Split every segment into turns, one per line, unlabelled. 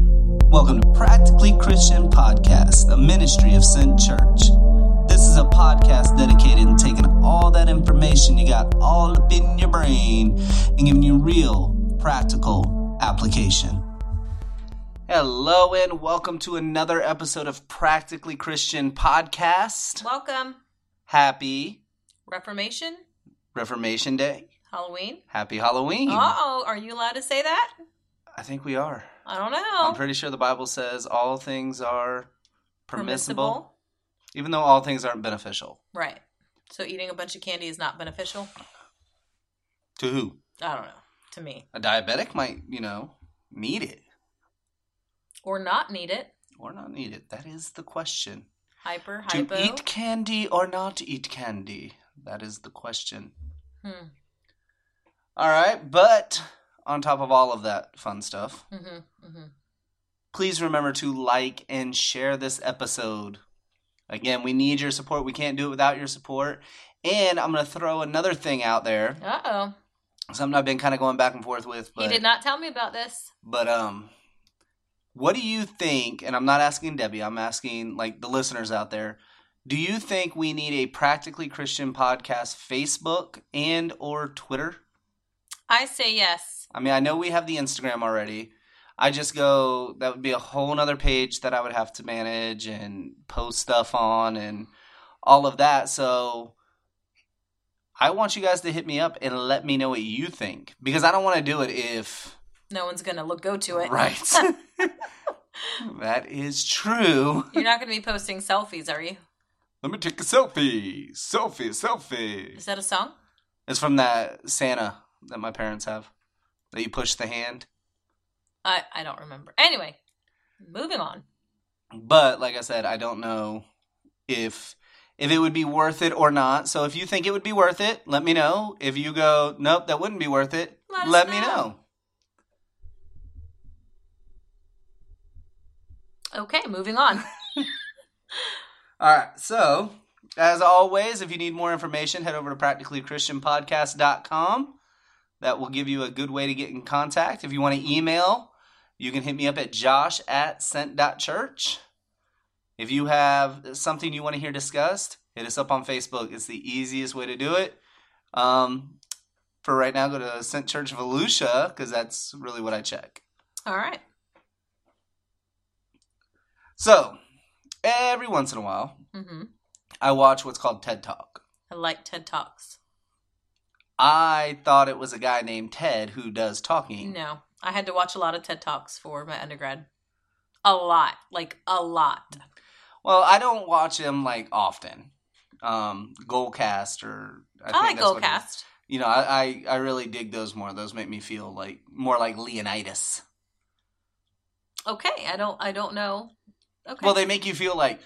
Welcome to Practically Christian Podcast, a ministry of Sin Church. This is a podcast dedicated to taking all that information you got all up in your brain and giving you real, practical application. Hello, and welcome to another episode of Practically Christian Podcast.
Welcome.
Happy
Reformation,
Reformation Day.
Halloween.
Happy Halloween.
Uh oh, are you allowed to say that?
I think we are.
I don't
I'm
know.
pretty sure the Bible says all things are permissible. even though all things aren't beneficial.
Right. So eating a bunch of candy is not beneficial?
To who?
I don't know. To me.
A diabetic might, you know, need it
Or not need it.
or not need it. That is the question.
Hyper,
To
hypo.
eat candy or not eat candy? That is the question.
Hmm.
All right, but on top of all of that fun stuff,
Mm-hmm. Mm-hmm.
please remember to like and share this episode. Again, we need your support. We can't do it without your support. And I'm going to throw another thing out there.
Uh oh.
Something I've been kind of going back and forth with. But
He did not tell me about this.
But um, what do you think? And I'm not asking Debbie. I'm asking like the listeners out there. Do you think we need a practically Christian podcast Facebook and or Twitter?
I say yes.
I mean, I know we have the Instagram already. I just go that would be a whole nother page that I would have to manage and post stuff on and all of that. So I want you guys to hit me up and let me know what you think because I don't want to do it if
No one's going to look go to it.
Right. that is true.
You're not going to be posting selfies, are you?
Let me take a selfie. Selfie, selfie.
Is that a song?
It's from that Santa that my parents have. That you push the hand.
I, I don't remember. Anyway, moving on.
But like I said, I don't know if if it would be worth it or not. So if you think it would be worth it, let me know. If you go, nope, that wouldn't be worth it,
Let
let,
us
me
know.
know.
Okay, moving on.
All right. So, as always, if you need more information, head over to practicallychristianpodcast.com. That will give you a good way to get in contact. If you want to email, you can hit me up at josh at scent.church. If you have something you want to hear discussed, hit us up on Facebook. It's the easiest way to do it. Um, for right now, go to Scent Church Volusia because that's really what I check.
All right.
So, every once in a while,
Mm-hmm.
I watch what's called TED Talk.
I like TED Talks.
I thought it was a guy named Ted who does talking.
No, I had to watch a lot of TED Talks for my undergrad. A lot, like a lot.
Well, I don't watch him like often. Um, Goalcast or
I,
think
like
that's what it is.
Goldcast.
You know, I, I I really dig those more. Those make me feel like more like Leonidas.
Okay, I don't, I don't know. Okay,
Well, they make you feel like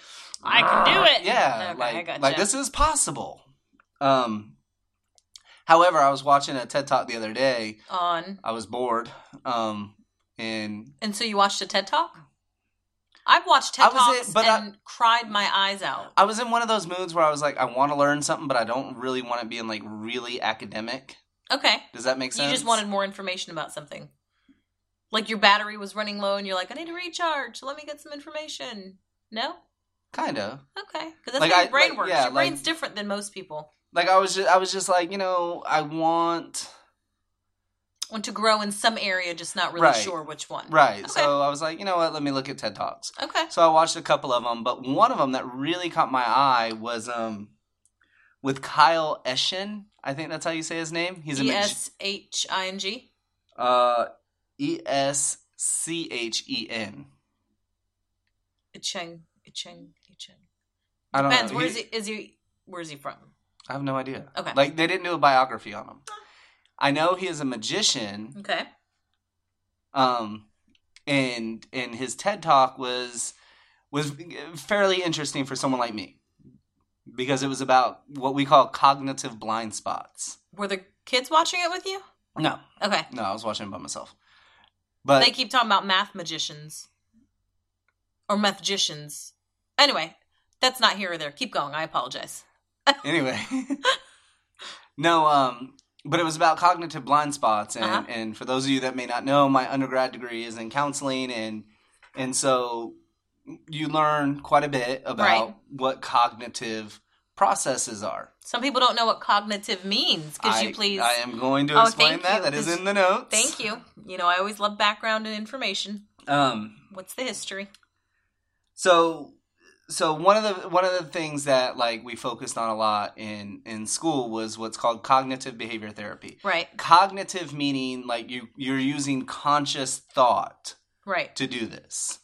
I can do it.
Yeah,
Okay,
like
I gotcha.
like this is possible. Um, however, I was watching a TED Talk the other day.
on.
I was bored. Um, and
And so you watched a TED Talk. I've watched TED
I was
Talks
in- but I-
and cried my eyes out.
I was in one of those moods where I was like, I want to learn something, but I don't really want it being like really academic.
Okay,
Does that make sense?
you just wanted more information about something. Like your battery was running low, and you're like, "I need to recharge. Let me get some information." No,
kind of
okay, because that's
Like
how
I-
your brain
like,
works.
yeah,
your brain's
like-
different than most people.
like I was just I was just like you know I want
want to grow in some area, just not really
Right.
sure which one.
right.
Okay.
So I was like you know what? Let me look at TED Talks.
Okay.
So I watched a couple of them, but one of them that really caught my eye was um with Kyle Eschen. I think that's how you say his name. He's a
E
Mich-
S H I N G.
uh E S C H E N.
Icheng. Icheng. Icheng.
I don't
Depends.
know.
Where's
He-
he? Is he? Where's he from?
I have no idea.
Okay.
Like they didn't do a biography on him. I know he is a magician.
Okay.
um and and his ted talk was was fairly interesting for someone like me because it was about what we call cognitive blind spots
Were the kids watching it with you?
no
Okay.
no i was watching it by myself but
they keep talking about math magicians or magicians. Anyway, that's not here or there. Keep going. I apologize.
anyway no um but it was about cognitive blind spots and
Uh-huh.
and for those of you that may not know my undergrad degree is in counseling and And so you learn quite a bit about
Right.
what cognitive processes are.
Some people don't know what cognitive means. Could
I,
you please?
I am going to
Oh,
explain
thank
that.
you,
That is
'cause-
in the notes.
Thank you. You know, I always love background and information.
Um,
What's the history?
so so one of the one of the things that like we focused on a lot in in school was what's called cognitive behavior therapy.
Right,
Cognitive meaning like you you're using conscious thought
right.
to do this.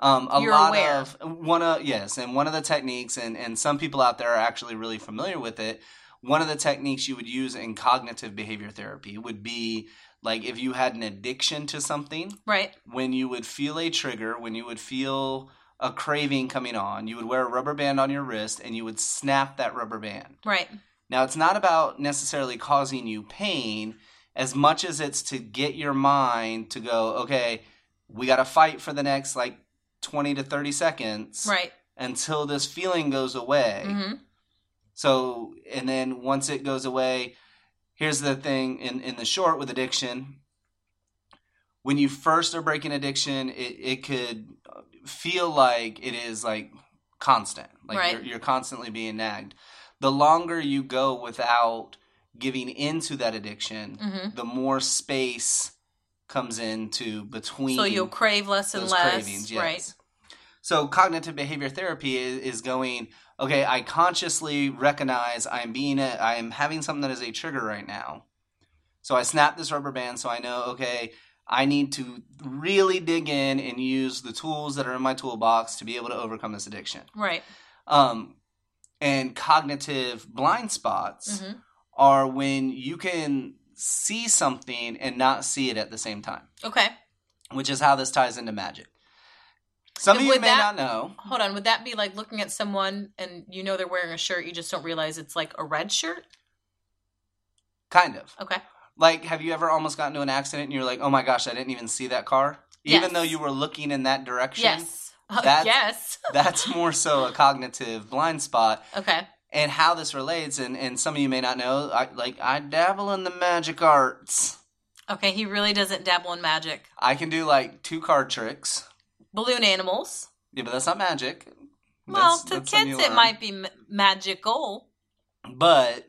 Um, a
You're
lot
aware.
of one of yes, and one of the techniques, and and some people out there are actually really familiar with it. One of the techniques you would use in cognitive behavior therapy would be like if you had an addiction to something,
Right,
when you would feel a trigger, when you would feel a craving coming on, you would wear a rubber band on your wrist and you would snap that rubber band.
right.
Now, it's not about necessarily causing you pain as much as it's to get your mind to go, okay, we got to fight for the next like 20 to 30 seconds
Right.
until this feeling goes away.
hmm
So, and then once it goes away, here's the thing in, in the short with addiction. When you first are breaking addiction, it, it could feel like it is like constant, like
Right.
you're, you're constantly being nagged. The longer you go without giving into that addiction,
hmm
the more space comes into between
So you'll crave less and
those
less.
cravings.
Right.
Yes. So cognitive behavior therapy is, is going. Okay, I consciously recognize I'm being a, I am having something that is a trigger right now. So I snap this rubber band, so I know. Okay, I need to really dig in and use the tools that are in my toolbox to be able to overcome this addiction.
Right.
Um, and cognitive blind spots
hmm
are when you can see something and not see it at the same time
Okay.
which is how this ties into magic. Some of
And
you
would
may
that-
not know.
Hold on. Would that be like looking at someone and you know they're wearing a shirt, you just don't realize it's like a red shirt?
Kind of.
Okay.
Like, have you ever almost gotten into an accident and you're like, oh my gosh, I didn't even see that car?
Yes.
Even though you were looking in that direction,
Yes. Uh,
That's-
yes.
that's more so a cognitive blind spot.
Okay.
And how this relates, and, and some of you may not know, I, like, I dabble in the magic arts.
Okay. He really doesn't dabble in magic.
I can do like two card tricks.
Balloon animals.
Yeah, but that's not magic.
Well,
That's-
to
that's something
kids,
you
it
learn.
might be m- magical.
But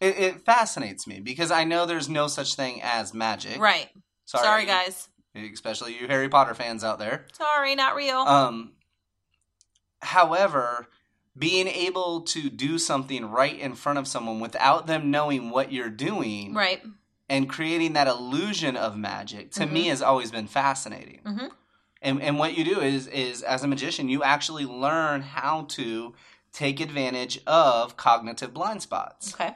it, it fascinates me because I know there's no such thing as magic.
Right. Sorry, guys.
especially you Harry Potter fans out there.
Sorry, not real.
Um, however, being able to do something right in front of someone without them knowing what you're doing
right.
and creating that illusion of magic to me has always been fascinating.
Mhm.
And and what you do is is as a magician, you actually learn how to take advantage of cognitive blind spots.
Okay.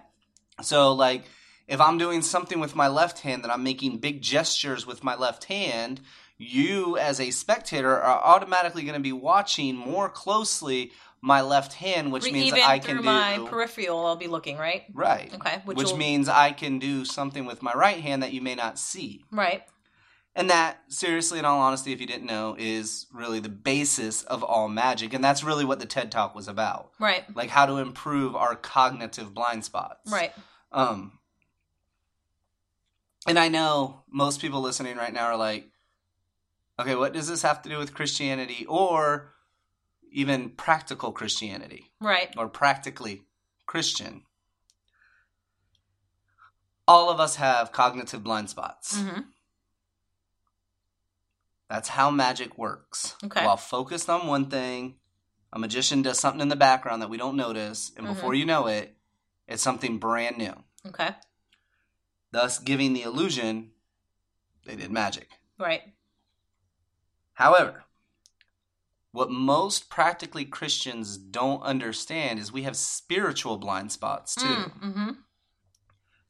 So like if I'm doing something with my left hand that I'm making big gestures with my left hand, you as a spectator are automatically going to be watching more closely my left hand, which
Re-
means
Even
I
through
can do
my peripheral, I'll be looking right.
right.
Okay. Which,
Which,
will,
means I can do something with my right hand that you may not see.
right.
And that, seriously, in all honesty, if you didn't know, is really the basis of all magic. And that's really what the TED Talk was about.
Right.
Like how to improve our cognitive blind spots.
Right.
Um, and I know most people listening right now are like, okay, what does this have to do with Christianity or even practical Christianity
Right.
or practically Christian? All of us have cognitive blind spots.
hmm
That's how magic works.
Okay.
While focused on one thing, a magician does something in the background that we don't notice, and
Mhm.
before you know it, it's something brand new.
Okay.
thus giving the illusion they did magic.
Right.
However, what most practically Christians don't understand is we have spiritual blind spots too.
Mm-hmm.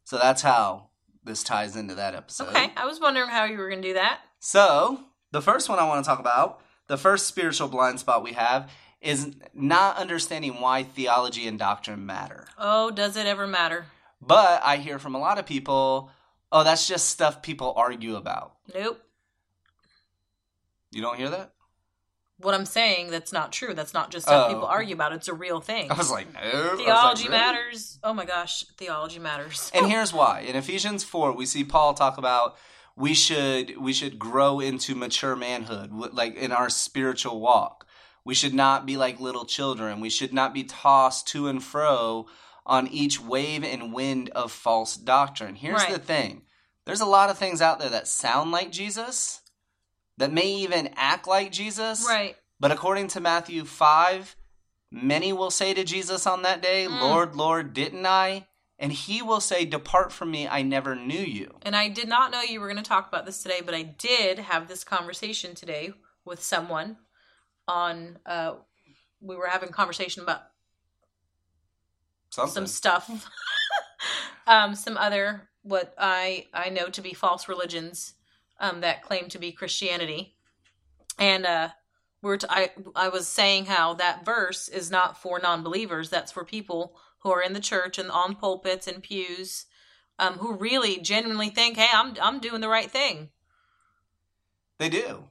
So that's how this ties into that episode.
Okay. I was wondering how you were going to do that.
So, the first one I want to talk about, the first spiritual blind spot we have is not understanding why theology and doctrine matter.
Oh, does it ever matter?
But I hear from a lot of people, oh, that's just stuff people argue about.
Nope.
You don't hear that?
What I'm saying, that's not true. That's not just stuff
Oh.
people argue about. It's a real thing.
I was like, no. I was like,
theology
really?
matters. Oh my gosh, theology matters.
And here's why. In Ephesians 4, we see Paul talk about we should we should grow into mature manhood w- like in our spiritual walk we should not be like little children we should not be tossed to and fro on each wave and wind of false doctrine here's
Right.
the thing there's a lot of things out there that sound like jesus that may even act like jesus
Right.
but according to Matthew 5, many will say to Jesus on that day,
Mm.
Lord, Lord, didn't I? And he will say, Depart from me, I never knew you.
And I did not know you were going to talk about this today, but I did have this conversation today with someone on uh we were having a conversation about
Something.
some stuff um some other what i i know to be false religions um that claim to be christianity and uh we we're t- I I was saying how that verse is not for non-believers. That's for people who are in the church and on pulpits and pews, um, who really genuinely think, "Hey, I'm I'm doing the right thing."
they do.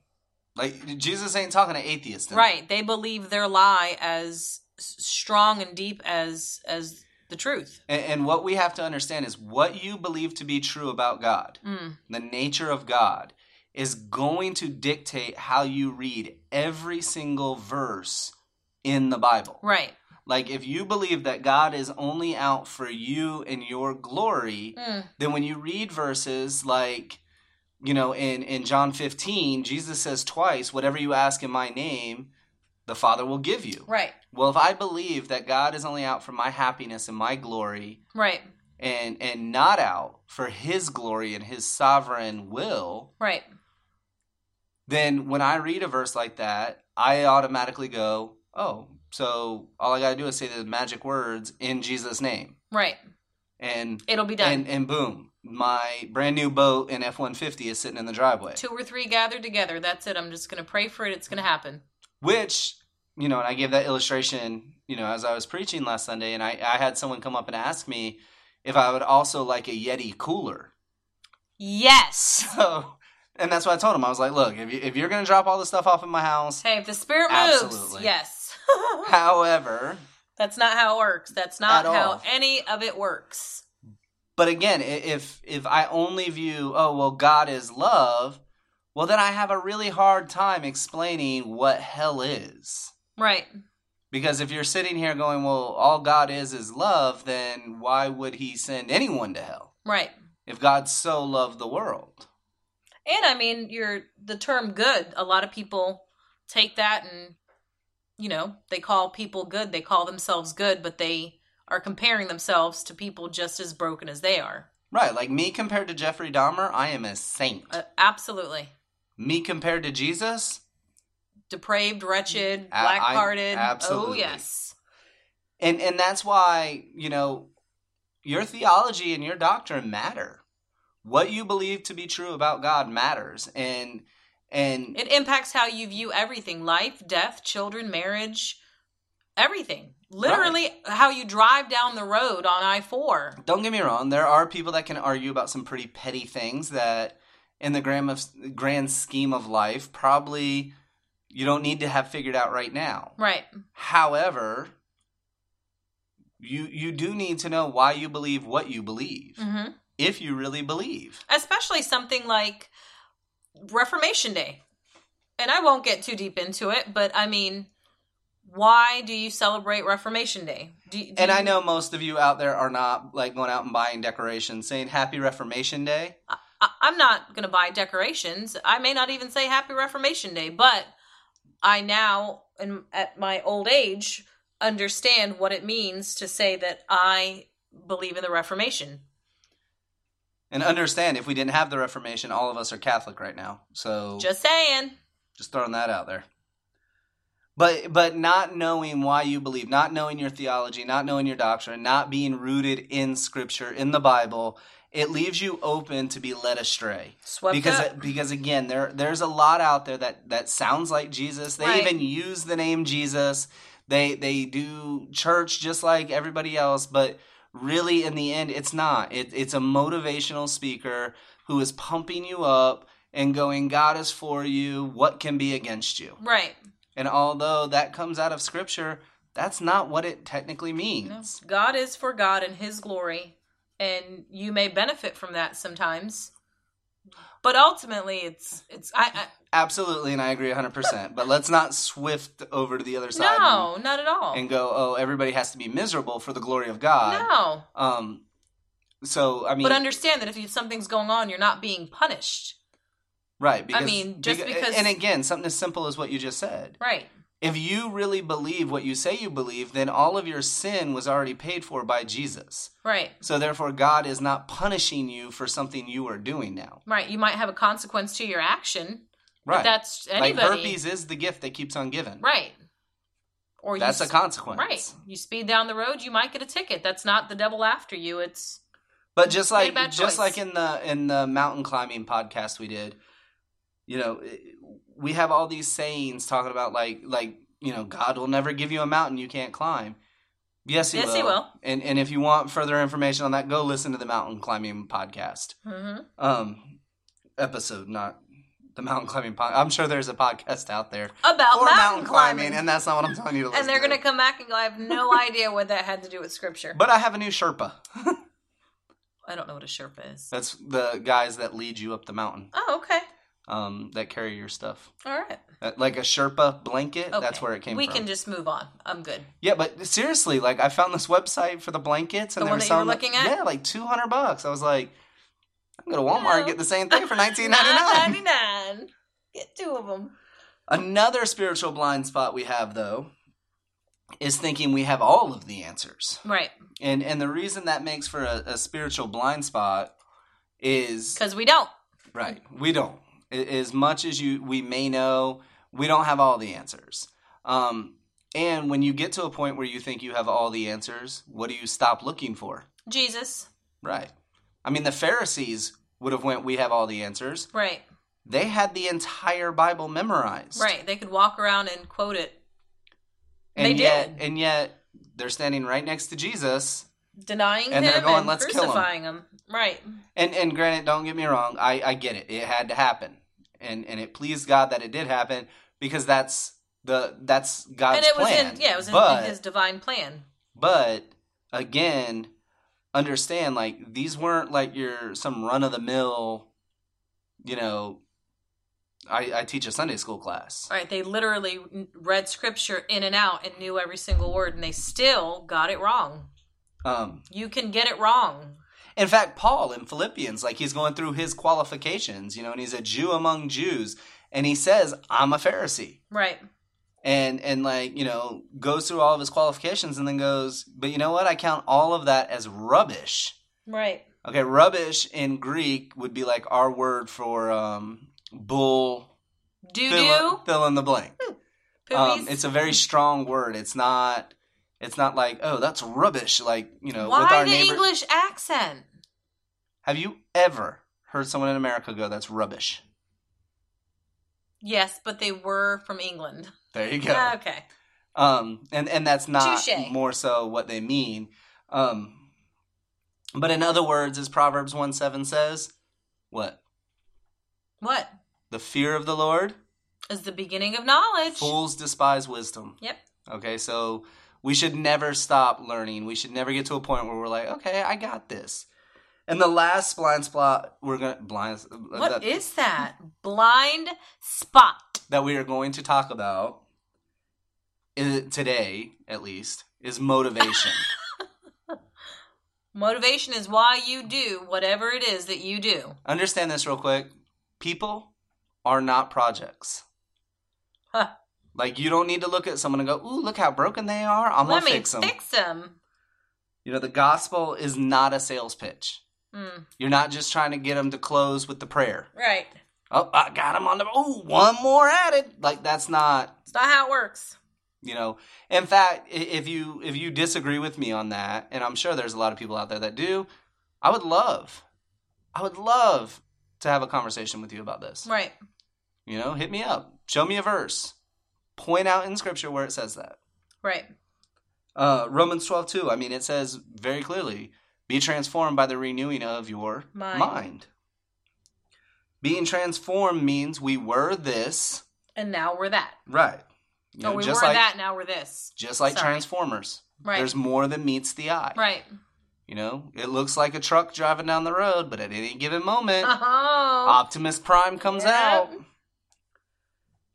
Like, Jesus ain't talking to atheists. in it.
Right? They believe their lie as s- strong and deep as as the truth.
And, and what we have to understand is what you believe to be true about God,
Mm,
the nature of God, is going to dictate how you read every single verse in the Bible.
right.
Like, if you believe that God is only out for you and your glory,
Mm,
then when you read verses like you know in in john 15 jesus says twice whatever you ask in my name the father will give you
right.
well if i believe that god is only out for my happiness and my glory
Right.
and and not out for his glory and his sovereign will
Right.
then when i read a verse like that i automatically go oh so all i gotta do is say the magic words in jesus name
Right.
and
It'll be done.
and and boom, my brand new boat and F one fifty is sitting in the driveway.
Two or three gathered together. That's it. I'm just going to pray for it. It's going to happen.
Which you know, and I gave that illustration, you know, as I was preaching last Sunday, and I, I had someone come up and ask me if I would also like a Yeti cooler.
Yes.
So, and that's what I told him. I was like, look, if, you, if you're going to drop all this stuff off in my house,
Hey, if the spirit moves,
Absolutely.
yes.
however,
That's not how it works. That's not
At
how
all.
any of it works.
but again, i- if if I only view, oh well, God is love, well then I have a really hard time explaining what hell is.
Right.
Because if you're sitting here going, well, all God is is love, then why would he send anyone to hell
Right.
if God so loved the world?
And I mean, you're the term good. A lot of people take that and you know, they call people good. They call themselves good, but they are comparing themselves to people just as broken as they are.
Right, like me compared to Jeffrey Dahmer, I am a saint.
Uh, absolutely.
me compared to Jesus,
Depraved, wretched,
Mm-hmm. I- I-
black-hearted. oh,
absolutely.
yes.
and and that's why you know your theology and your doctrine matter. What you believe to be true about God matters, and and
It impacts how you view everything life, death, children, marriage, everything. Literally, how you drive down the road on I 4.
don't get me wrong there are people that can argue about some pretty petty things that in the grand, of, grand scheme of life probably you don't need to have figured out right now
Right,
however you you do need to know why you believe what you believe
hmm
if you really believe
Especially something like Reformation Day. And I won't get too deep into it, but I mean, why do you celebrate Reformation Day? Do, do
and i
you-
know most of you out there are not like going out and buying decorations saying happy reformation day
I, I'm not going to buy decorations. I may not even say Happy Reformation Day, but I now, in, at my old age, understand what it means to say that I believe in the Reformation.
and understand if we didn't have the reformation all of us are catholic right now so
Just saying.
Just throwing that out there. But but not knowing why you believe, not knowing your theology, not knowing your doctrine, not being rooted in scripture, in the Bible, it leaves you open to be led astray.
Swept
because
up.
because again, there there's a lot out there that that sounds like Jesus. They
Right.
even use the name Jesus. They they do church just like everybody else, but really in the end it's not. It, it's a motivational speaker who is pumping you up and going, God is for you, what can be against you?
right.
And although that comes out of scripture, that's not what it technically means.
God is for God and His glory, and you may benefit from that sometimes, But ultimately, it's it's I, I
Absolutely, and I agree 100%. but let's not swift over to the other side
no, not at all.
and, and go, oh, everybody has to be miserable for the glory of God.
no,
Um, so, I mean,
but understand that if you, something's going on, you're not being punished,
right. Because,
mean, just
beca-
because-
And again, something as simple as what you just said.
right?
If you really believe what you say you believe, then all of your sin was already paid for by Jesus.
Right,
So, therefore, God is not punishing you for something you are doing now.
right. You might have a consequence to your action. but
Right.
that's
like
anybody.
herpes is the gift that keeps on giving.
Right. Or
That's
you,
a consequence.
right. You speed down the road, you might get a ticket. That's not the devil after you. It's
But just
Made a
like
bad
just
choice.
like in the in the mountain climbing podcast we did, you know, it- we have all these sayings talking about like like you know God will never give you a mountain you can't climb. Yes, he
Yes,
will.
he will.
And and if you want further information on that, go listen to the mountain climbing podcast
mhm.
um episode, not the mountain climbing podcast. I'm sure there's a podcast out there
about
for climbing,
mountain, climbing,
and that's not what I'm telling you to listen.
and they're
to.
going to come back and go, I have no idea what that had to do with scripture.
But I have a new Sherpa.
I don't know what a Sherpa is.
That's the guys that lead you up the mountain,
Oh, okay.
um, that carry your stuff.
All right.
Uh, Like a Sherpa blanket. That's
Okay.
where it came
we
from.
can just move on. I'm good.
yeah, but seriously, like I found this website for the blankets, and
The
they were
one that you were
selling
looking at?
yeah, like two hundred bucks. I was like, I'm gonna Walmart and
No.
get the same thing for nineteen ninety nine.
9.99. Get two of them.
Another spiritual blind spot we have though is thinking we have all of the answers,
Right.
and and the reason that makes for a, a spiritual blind spot is
Because we don't.
Right. We don't. A- As much as you we may know, we don't have all the answers. Um, and when you get to a point where you think you have all the answers, what do you stop looking for?
Jesus.
Right. I mean, the Pharisees would have went, "We have all the answers."
Right.
They had the entire Bible memorized.
Right. They could walk around and quote it,
And
They
yet,
did.
and yet they're standing right next to Jesus.
denying
And
him
they're going,
and
"Let's kill him."
crucifying him. Right.
And and granted, don't get me wrong, I I get it. It had to happen, and and it pleased God that it did happen because that's the that's God's
and it was
plan.
in yeah, it was in,
but,
in his divine plan.
But again, understand like these weren't like your some run of the mill, you know. I I teach a Sunday school class,
All right, they literally read scripture in and out and knew every single word, and they still got it wrong.
um,
You can get it wrong.
In fact, Paul in Philippians, like he's going through his qualifications, you know, and he's a Jew among Jews, and he says, "I'm a Pharisee."
Right.
and and like you know goes through all of his qualifications and then goes but you know what i count all of that as rubbish
Right.
okay rubbish in greek would be like our word for um bull
Doo doo.
fill, fill in the blank um,
Poopies.
it's a very strong word it's not it's not like oh that's rubbish like you know with
Why
our
the
neighbor
English accent?
have you ever heard someone in america go that's rubbish
Yes, but they were from England.
there you go
Okay.
um and and that's not
Touche.
more so what they mean um but in other words as proverbs 1 7 says what
What
the fear of the lord
is the beginning of knowledge?
fools despise wisdom
Yep.
okay so we should never stop learning we should never get to a point where we're like okay i got this and the last blind spot we're gonna blind uh,
What
that,
is that? Blind spot.
that we are going to talk about i- today at least is motivation
Motivation is why you do whatever it is that you do.
understand this real quick. People are not projects.
Huh.
Like you don't need to look at someone and go, "Ooh, look how broken they are. I'm
Let
gonna
me
fix them."
fix them.
you know, the gospel is not a sales pitch.
Mm,
You're not just trying to get them to close with the prayer.
right.
Oh, I got them on the. Oh, one more added. Like that's not.
It's not how it works.
You know, in fact, i- if you if you disagree with me on that, and I'm sure there's a lot of people out there that do, I would love, I would love to have a conversation with you about this.
Right.
You know, hit me up. Show me a verse. Point out in scripture where it says that.
Right.
Uh, Romans 12, 2. I mean, it says very clearly be transformed by the renewing of your
Mind.
mind. Being transformed means we were this.
And now we're that.
Right. You know,
Oh, we were
just like,
that. Now we're this.
Just like
Sorry.
Transformers.
Right.
There's more than meets the eye.
Right.
You know, it looks like a truck driving down the road, but at any given moment,
Oh.
Optimus Prime comes
Yeah.
out.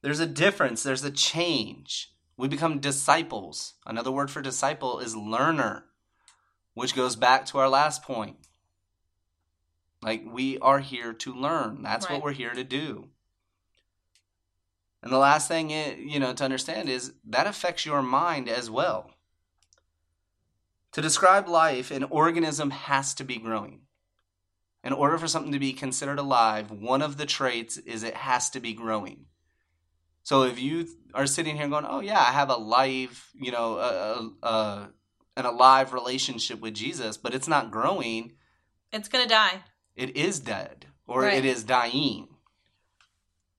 There's a difference, there's a change. We become disciples. Another word for disciple is learner, which goes back to our last point. Like, we are here to learn. That's
Right.
what we're here to do. And the last thing, i- you know, to understand is that affects your mind as well. To describe life, an organism has to be growing. In order for something to be considered alive, one of the traits is it has to be growing. So if you are sitting here going, "Oh yeah, I have a live, you know, a, a, a, an alive relationship with Jesus," but it's not growing,
It's going to die.
it is dead or
Right.
it is dying.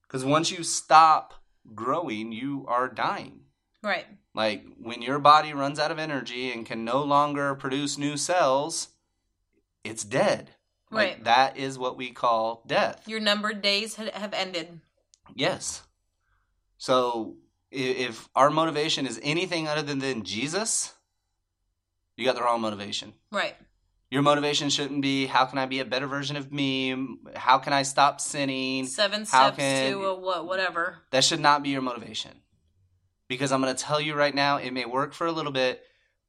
Because once you stop growing, you are dying.
Right.
Like when your body runs out of energy and can no longer produce new cells, it's dead. Like,
Right.
that is what we call death.
Your numbered days ha- have ended.
yes. So i- if our motivation is anything other than, than Jesus, you got the wrong motivation.
Right.
Your motivation shouldn't be how can I be a better version of me? How can I stop sinning?
Seven
How
steps
can-
to a what, whatever.
That should not be your motivation. Because I'm going to tell you right now, it may work for a little bit,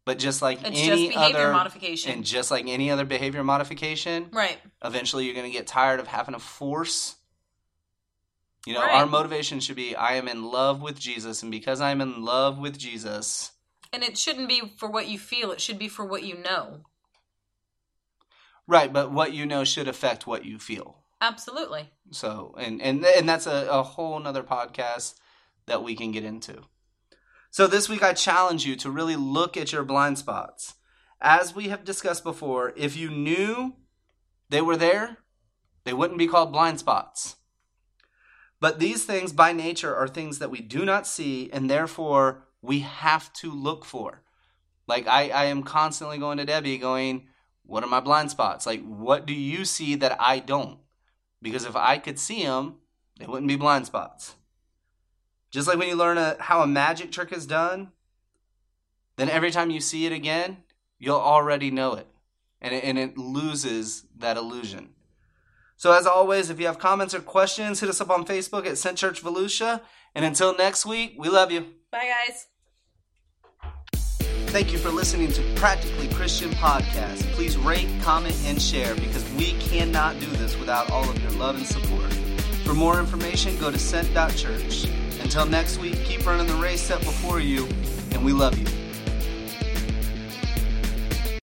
but just like
It's just
any
behavior
other
modification.
And just like any other behavior modification,
right.
eventually you're going to get tired of having to force. You know,
Right.
our motivation should be I am in love with Jesus, and because I'm in love with Jesus,
And it shouldn't be for what you feel, it should be for what you know.
right, but what you know should affect what you feel.
Absolutely.
So, and and and that's a, a whole nother podcast that we can get into. So this week I challenge you to really look at your blind spots. As we have discussed before, if you knew they were there, they wouldn't be called blind spots. But these things by nature are things that we do not see and therefore we have to look for. Like I, I am constantly going to Debbie going, What are my blind spots? Like what do you see that I don't? because if I could see them, they wouldn't be blind spots. Just like when you learn a, how a magic trick is done, then every time you see it again, you'll already know it, and it, and it loses that illusion. So as always, if you have comments or questions, hit us up on Facebook at Sent Church Volusia. And until next week, we love you.
Bye, guys.
Thank you for listening to Practically Christian Podcast. Please rate, comment, and share because we cannot do this without all of your love and support. For more information, go to scent.church. Until next week, keep running the race set before you, and we love you.